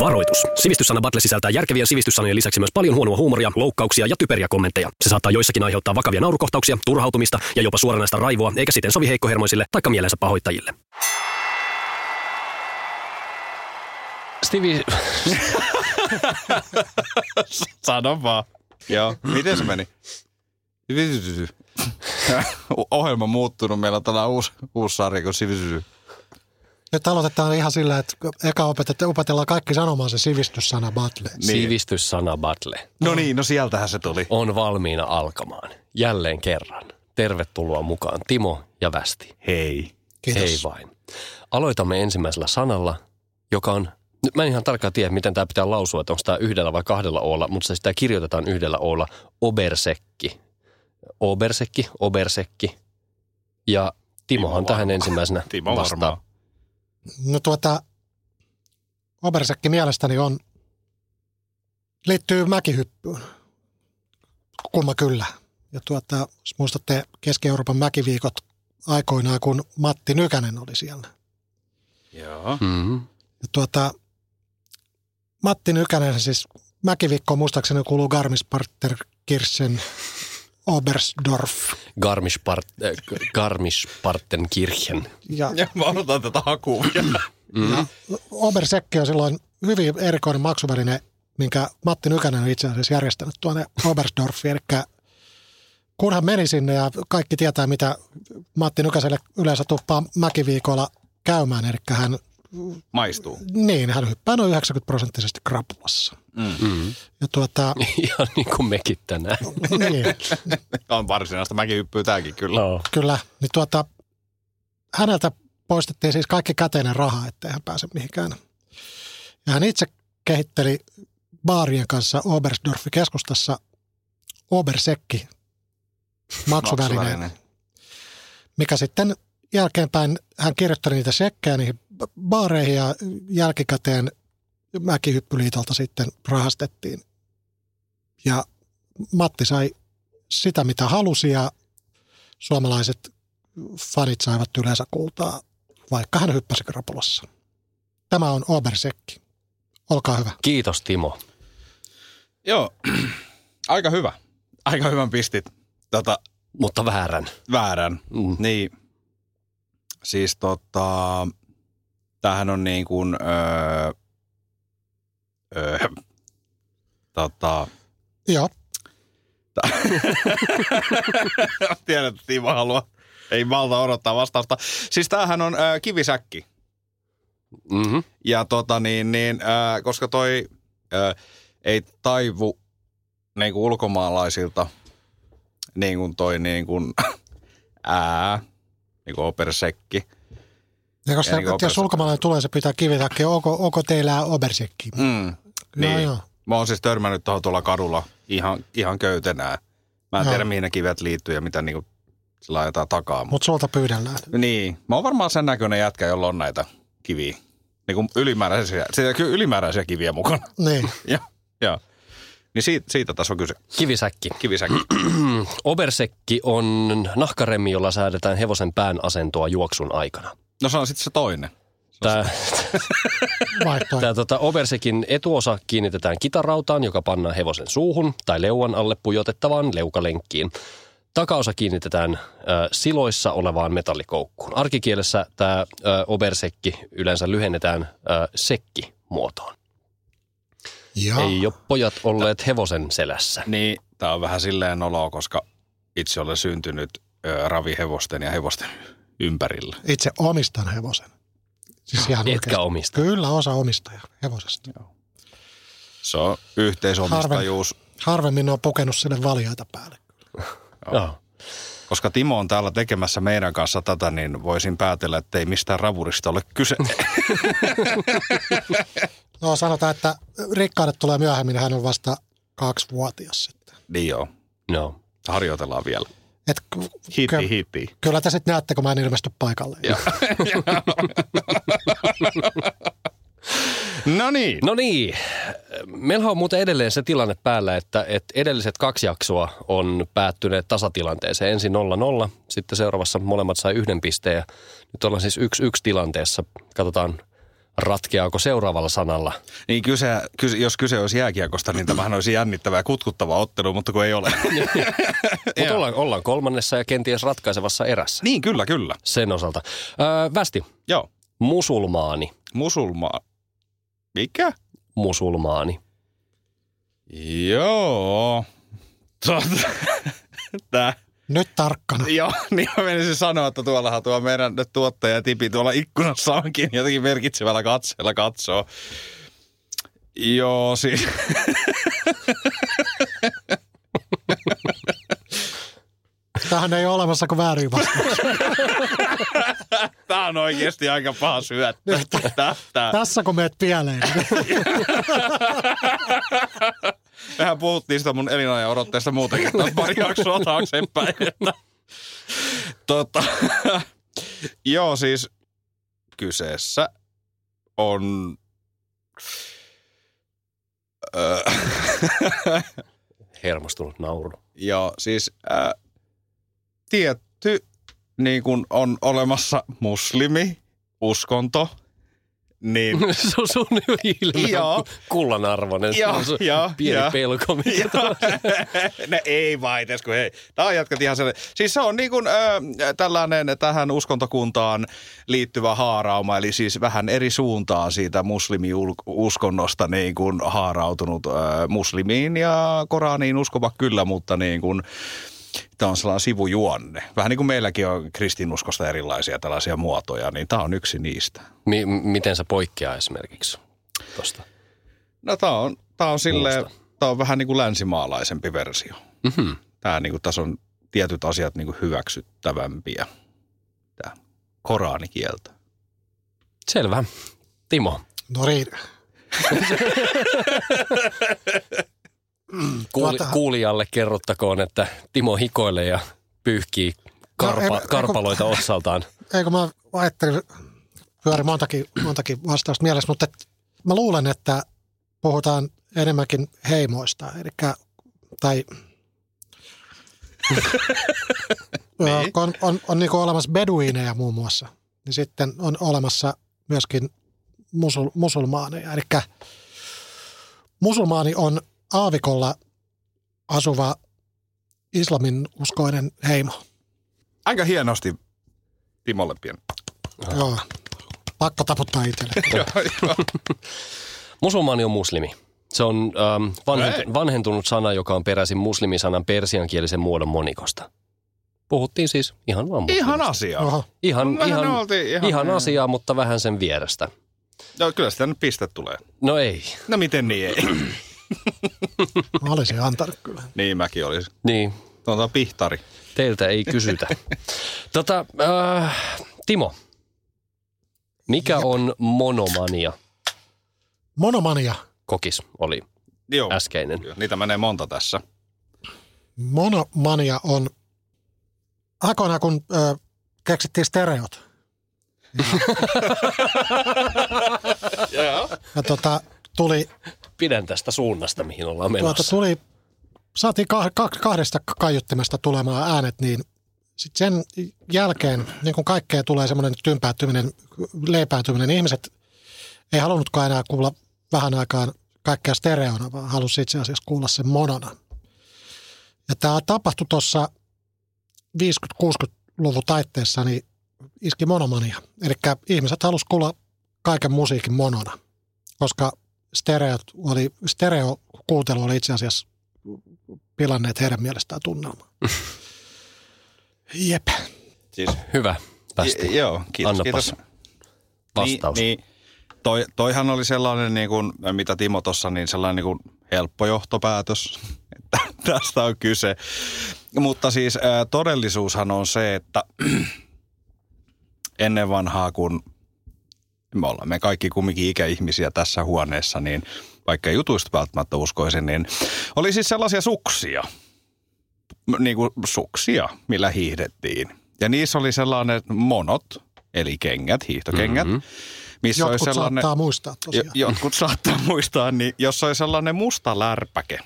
Varoitus. Sivistyssana Battle sisältää järkevien sivistyssanojen lisäksi myös paljon huonoa huumoria, loukkauksia ja typeriä kommentteja. Se saattaa joissakin aiheuttaa vakavia naurukohtauksia, turhautumista ja jopa suoranaista raivoa, eikä siten sovi heikkohermoisille tai mielensä pahoittajille. Stivi... Sano vaan. Joo. Miten se meni? Ohjelma muuttunut. Meillä on tällainen uusi, uusi sarja kuin Sivisysy. Nyt aloitetaan ihan sillä, että eka opetette, opetellaan kaikki sanomaan se sivistyssana battle. Niin. Sivistyssana Battle No niin, no sieltähän se tuli. on valmiina alkamaan. Jälleen kerran. Tervetuloa mukaan Timo ja Västi. Hei. Kiitos. Ei vain. Aloitamme ensimmäisellä sanalla, joka on... Nyt mä en ihan tarkkaan tiedä, miten tämä pitää lausua, että onko tämä yhdellä vai kahdella oolla, mutta se sitä kirjoitetaan yhdellä oolla. Obersekki. Obersekki, Obersekki. Ja Timohan Timo tähän varmaan. ensimmäisenä Timo vastaa. varmaan. No tuota, Obersekki mielestäni on, liittyy mäkihyppyyn. Kumma kyllä. Ja tuota, jos muistatte Keski-Euroopan mäkiviikot aikoinaan, kun Matti Nykänen oli siellä. Joo. Mm-hmm. Ja tuota, Matti Nykänen, siis mäkiviikko muistaakseni kuuluu Garmisparter Kirchen Obersdorf. Garmischpart, äh, Garmischpartenkirchen. Ja Ja mä odotan tätä hakua. Mm. Obersekki on silloin hyvin erikoinen maksuväline, minkä Matti Nykänen on itse asiassa järjestänyt tuonne Oberstdorfiin. Eli kunhan meni sinne ja kaikki tietää, mitä Matti Nykäselle yleensä tuppaa mäkiviikolla käymään, eli hän, Maistuu. niin, hän hyppää noin 90 prosenttisesti krapulassa. Mm. Ja tuota, Ihan niin kuin mekin tänään. niin, On varsinaista. Mäkin hyppyy tääkin kyllä. No. kyllä, niin tuota, häneltä poistettiin siis kaikki käteinen raha, ettei hän pääse mihinkään. Ja hän itse kehitteli baarien kanssa Obersdorfin keskustassa Obersekki maksuvälineen, mikä sitten jälkeenpäin hän kirjoitteli niitä sekkejä niihin ba- baareihin ja jälkikäteen Mäkihyppyliitolta sitten rahastettiin. Ja Matti sai sitä, mitä halusi ja suomalaiset fanit saivat yleensä kultaa, vaikka hän hyppäsi krapulassa. Tämä on Obersekki. Olkaa hyvä. Kiitos Timo. Joo. Aika hyvä. Aika hyvän pistit. Tota, Mutta väärän. väärän. Mm. Niin. Siis tota, tämähän on niin kuin, öö, öö, tota, Joo, tiedän, että Timo haluaa. Ei malta odottaa vastausta. Siis tämähän on öö, kivisäkki. Mm-hmm. Ja tota niin, niin öö, koska toi öö, ei taivu niin kuin ulkomaalaisilta, niin kuin toi niin kuin ää, niin kuin opersekki. ja jos, Ja niin kuin jos Obersekki. ulkomaalainen tulee, se pitää kivitäkkiä. Onko, onko teillä Obersekki? Mm. No Niin. joo. Mä oon siis törmännyt tuohon tuolla kadulla ihan, ihan köytenään. Mä en Joo. tiedä, mihin ne kivet liittyy ja mitä niinku sillä ajetaan takaa. Mut. Mutta sulta pyydellään. Niin, mä oon varmaan sen näköinen jätkä, jolla on näitä kiviä. Niinku ylimääräisiä, siitä kyllä ylimääräisiä kiviä mukana. Niin. ja, ja. Niin siitä, siitä tässä on kyse. Kivisäkki. Kivisäkin. Obersekki on nahkaremmi, jolla säädetään hevosen pään asentoa juoksun aikana. No se on sitten se toinen. Tämä, Vaihtoehto. tämä tota, Obersekin etuosa kiinnitetään kitarautaan, joka pannaan hevosen suuhun tai leuan alle pujotettavaan leukalenkkiin. Takaosa kiinnitetään ö, siloissa olevaan metallikoukkuun. Arkikielessä tämä ö, Obersekki yleensä lyhennetään ö, sekki-muotoon. Joo. Ei ole pojat olleet hevosen selässä. Niin, tää on vähän silleen noloa, koska itse olen syntynyt ö, ravihevosten ja hevosten ympärillä. Itse omistan hevosen. Siis ihan Ah, Etkä oikeasti. omista. Kyllä osa omistaja hevosesta. Se on yhteisomistajuus. Harvemmin ne on pukenut sille valjaita päälle. Joo. Koska Timo on täällä tekemässä meidän kanssa tätä, niin voisin päätellä, että ei mistään ravurista ole kyse. No sanotaan, että rikkaudet tulee myöhemmin. niin Hän on vasta kaksivuotias sitten. niin joo, No. harjoitellaan vielä. Et, k- Hiti, ky- hiti. Kyllä te sitten näette, kun mä en ilmesty paikalle. No niin. No niin, meillä on muuten edelleen se tilanne päällä, että, että edelliset kaksi jaksoa on päättyneet tasatilanteeseen. Ensin 0-0, sitten seuraavassa molemmat sai yhden pisteen. ja Nyt ollaan siis 1-1 tilanteessa. Katsotaan, ratkeaako seuraavalla sanalla. Niin kyse, kyse, jos kyse olisi jääkiekosta, niin tämähän olisi jännittävä ja kutkuttava ottelu, mutta kun ei ole. Mutta ollaan, ollaan kolmannessa ja kenties ratkaisevassa erässä niin, kyllä, kyllä. sen osalta. Öö, västi, Joo. musulmaani, Musulma. Mikä? musulmaani. Joo. Totta. Tää. Nyt tarkkana. Joo, niin mä menisin sanoa, että tuollahan tuo meidän tuottaja Tipi tuolla ikkunassa onkin jotenkin merkitsevällä katseella katsoo. Joo, siis. Tähän ei ole olemassa kuin väärin vastaus. Tää on oikeasti aika paha syöttö. Tää, tää. Tässä kun meet pieleen. niin- Mehän puhuttiin sitä mun elinajan odotteesta muutenkin, että pari jaksoa taaksepäin. Että. Tota. Joo, siis kyseessä on... Öö, Hermostunut nauru. ja siis äh, tietty niin kun on olemassa muslimi, uskonto, niin se on sun ilme Joo. on kullanarvoinen. Se Joo, on sun joo, pieni joo. pelko. mikä tuolla- no ei vaan edes, kun hei. Tää on jatkat ihan sen. Siis se on niin kuin, ö, tällainen tähän uskontokuntaan liittyvä haarauma, eli siis vähän eri suuntaan siitä muslimiuskonnosta niin kuin haarautunut ö, muslimiin ja Koraniin uskova kyllä, mutta niin kuin, Tämä on sellainen sivujuonne. Vähän niin kuin meilläkin on kristinuskosta erilaisia tällaisia muotoja, niin tämä on yksi niistä. Mi- m- miten se poikkeaa esimerkiksi tosta? No tämä on, tää on silleen, Muusta. tämä on vähän niin kuin länsimaalaisempi versio. Mhm. Tämä niin kuin, tässä on tietyt asiat niin kuin hyväksyttävämpiä. Tämä koraanikieltä. Selvä. Timo, no niin. kuuli- Tuota- kuulijalle kerrottakoon, että Timo hikoilee ja pyyhkii karpa- No, ei- karpaloita otsaltaan. Eikö mä ajattelin, pyöri montakin, montakin vastausta mielessä, mutta et, mä luulen, että puhutaan enemmänkin heimoista, eli tai Ö, kun on, on, on niin olemassa beduineja muun muassa, niin sitten on olemassa myöskin musul, musulmaaneja. Eli musulmaani on aavikolla asuva islamin uskoinen heimo. Aika hienosti Timolle pieni. Joo. Pakko taputtaa itselle. Musulmaani on muslimi. Se on ähm, vanhent- Hei. vanhentunut sana, joka on peräisin muslimisanan persiankielisen muodon monikosta. Puhuttiin siis ihan vaan muslimista. Ihan asia. Oho. Ihan, Vähän ihan, ne oltiin ihan- ihan asiaa, mutta vähän sen vierestä. No, kyllä sitä nyt piste tulee. No ei. No miten niin ei? Mä olisin antanut kyllä. niin mäkin olisin. Niin, Tuota pihtari. teiltä ei kysytä. tota, äh, Timo, mikä on monomania? Monomania. Kokis oli Joo. äskeinen. Niitä menee monta tässä. Monomania on aikoinaan, kun ö, keksittiin stereot. Joo. Ja tota, tuli, Pidän tästä suunnasta, mihin ollaan tuota, menossa. tuli, saatiin kah, kah, kahdesta kaiuttimesta tulemaan äänet, niin sitten sen jälkeen, niin kun kaikkea tulee semmoinen tympääntyminen, leipääntyminen, niin ihmiset ei halunnutkaan enää kuulla vähän aikaan kaikkea stereona, vaan halusi itse asiassa kuulla sen monona. Ja tämä tapahtui tuossa 50-60-luvun taitteessa, niin iski monomania. Eli ihmiset halusi kuulla kaiken musiikin monona, koska stereo oli, stereokuuntelu oli itse asiassa pilanneet heidän mielestään tunnelmaa. Jep. Siis, Hyvä. Tästä. j- joo, kiitos. Annapas kiitos. vastaus. Niin, niin, toi, toihan oli sellainen, niin kuin, mitä Timo tuossa, niin sellainen niin kuin helppo johtopäätös, että tästä on kyse. Mutta siis ää, todellisuushan on se, että ennen vanhaa, kun me ollaan me kaikki kumminkin ikäihmisiä tässä huoneessa, niin vaikka ei jutuista välttämättä uskoisin, niin oli siis sellaisia suksia, m- niin kuin suksia, millä hiihdettiin. Ja niissä oli sellainen monot, eli kengät, hiihtokengät, mm-hmm. missä Jotkut oli sellainen... saattaa muistaa tosiaan. Jo- jotkut saattaa muistaa, niin jos oli sellainen musta lärpäke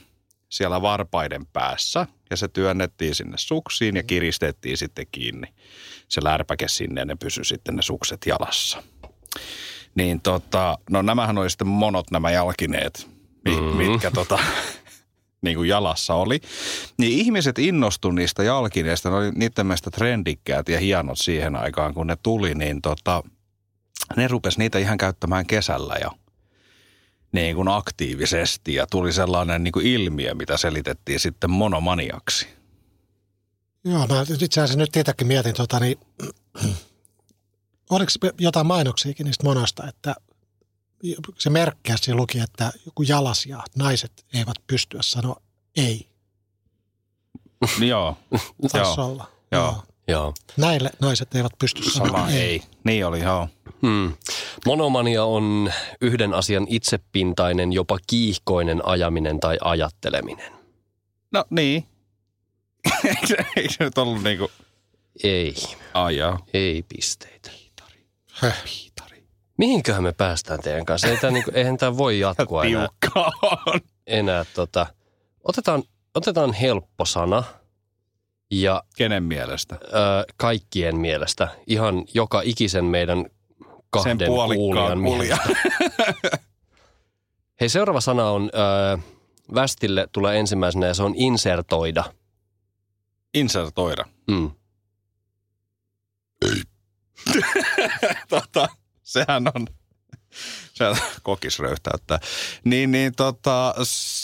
siellä varpaiden päässä ja se työnnettiin sinne suksiin ja kiristettiin sitten kiinni. Se lärpäke sinne ja ne pysyi sitten ne sukset jalassa. Niin tota, no nämähän oli sitten monot nämä jalkineet, mi- Mm. mm. mitkä tota, niin kuin jalassa oli. Niin ihmiset innostui niistä jalkineista, ne oli niiden mielestä trendikkäät ja hienot siihen aikaan, kun ne tuli, niin tota, ne rupes niitä ihan käyttämään kesällä ja niin kuin aktiivisesti ja tuli sellainen niin kuin ilmiö, mitä selitettiin sitten monomaniaksi. Joo, mä itse asiassa nyt itsekin mietin, tota, niin, oliko jotain mainoksiakin niistä monosta, että se merkki siinä luki, että joku jalas ja naiset eivät pystyä sanoa ei, Niin Joo, taisi Joo. olla. Joo. Joo. Näille naiset eivät pysty sama sanomaan ei. ei. Niin oli, joo. Hmm. Monomania on yhden asian itsepintainen, jopa kiihkoinen ajaminen tai ajatteleminen. No niin. eikö, se- eikö se nyt ollut niinku... Ei, Ai joo. ei pisteitä. Höh. Mihinköhän me päästään teidän kanssa? Ei tää, niinku, eihän tämä voi jatkua enää. Tiukkaa on. enää tota. otetaan, otetaan helppo sana ja Kenen mielestä? ö, kaikkien mielestä, ihan joka ikisen meidän kahden Sen kuulijan puolikkaan mielestä. kulja. Hei, seuraava sana on, ö, västille tulee ensimmäisenä ja se on insertoida. Insertoida. Mm. tota, sehän on... Sehän kokis röyhtäyttää. Niin, niin tota,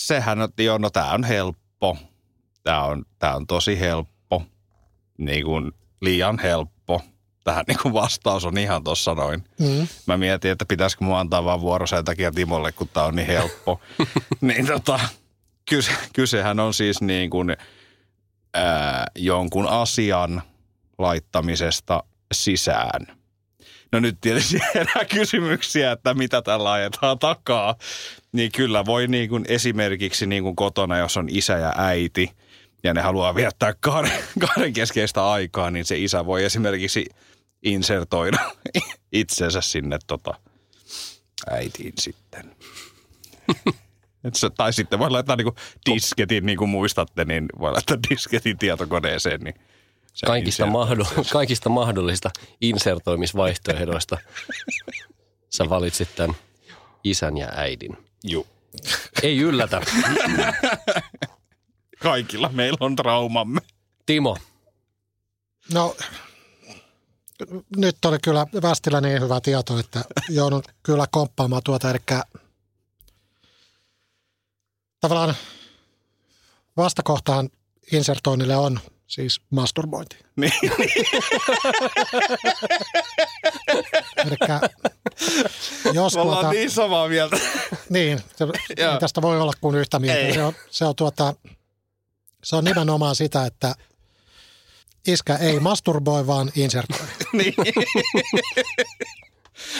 sehän on, joo, no tää on helppo. Tää on, tää on tosi helppo. Niin kuin liian helppo. Tähän niin kuin vastaus on ihan tossa noin. Mm. Mä mietin, että pitäisikö mua antaa vaan vuoro sen takia Timolle, kun tää on niin helppo. niin tota, kyse, kysehän on siis niin kuin ää, jonkun asian laittamisesta sisään. No nyt tietysti herää kysymyksiä, että mitä tällä ajetaan takaa. Niin kyllä voi niin kuin esimerkiksi niin kuin kotona, jos on isä ja äiti ja ne haluaa viettää kahden, kahden keskeistä aikaa, niin se isä voi esimerkiksi insertoida itsensä sinne tota, äitiin sitten. Et se, tai sitten voi laittaa niinku disketin, niin kuin muistatte, niin voi laittaa disketin tietokoneeseen. Niin se Kaikista, insert- mahdoll- kaikista mahdollisista insertoimisvaihtoehdoista sä valitsit tämän isän ja äidin. Juu. Ei yllätä. Kaikilla meillä on traumamme. Timo, No, nyt oli kyllä Västilä niin hyvä tieto, että joudun kyllä komppaamaan tuota. Eli tavallaan vastakohtahan insertoinnille on siis masturbointi. Niin. Eli jos Me ollaan tuota, niin, niin samaa mieltä. niin se, Joo. ei tästä voi olla kuin yhtä mieltä. Ei. Se on, se, on tuota, se on nimenomaan sitä, että iskä ei masturboi, vaan insertoi. niin.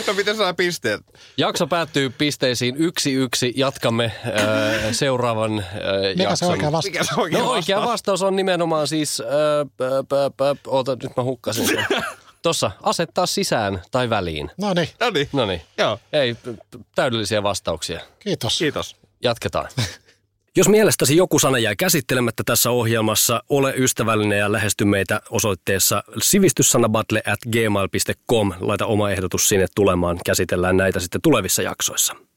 no miten saa pisteet? jakso päättyy pisteisiin yksi yksi. Jatkamme öö, seuraavan öö, Mikä se jakson. oikea vastaus? Mikä se oikein No oikea vastaus on nimenomaan siis, öö, pö, pö, pö, oota nyt mä hukkasin sen. Tossa, asettaa sisään tai väliin. No niin, No niin. No niin, Joo. ei p- p- täydellisiä vastauksia. kiitos. Kiitos. Jatketaan. Jos mielestäsi joku sana jää käsittelemättä tässä ohjelmassa, ole ystävällinen ja lähesty meitä osoitteessa sivistyssanabattle at gmail.com. Laita oma ehdotus sinne tulemaan, käsitellään näitä sitten tulevissa jaksoissa.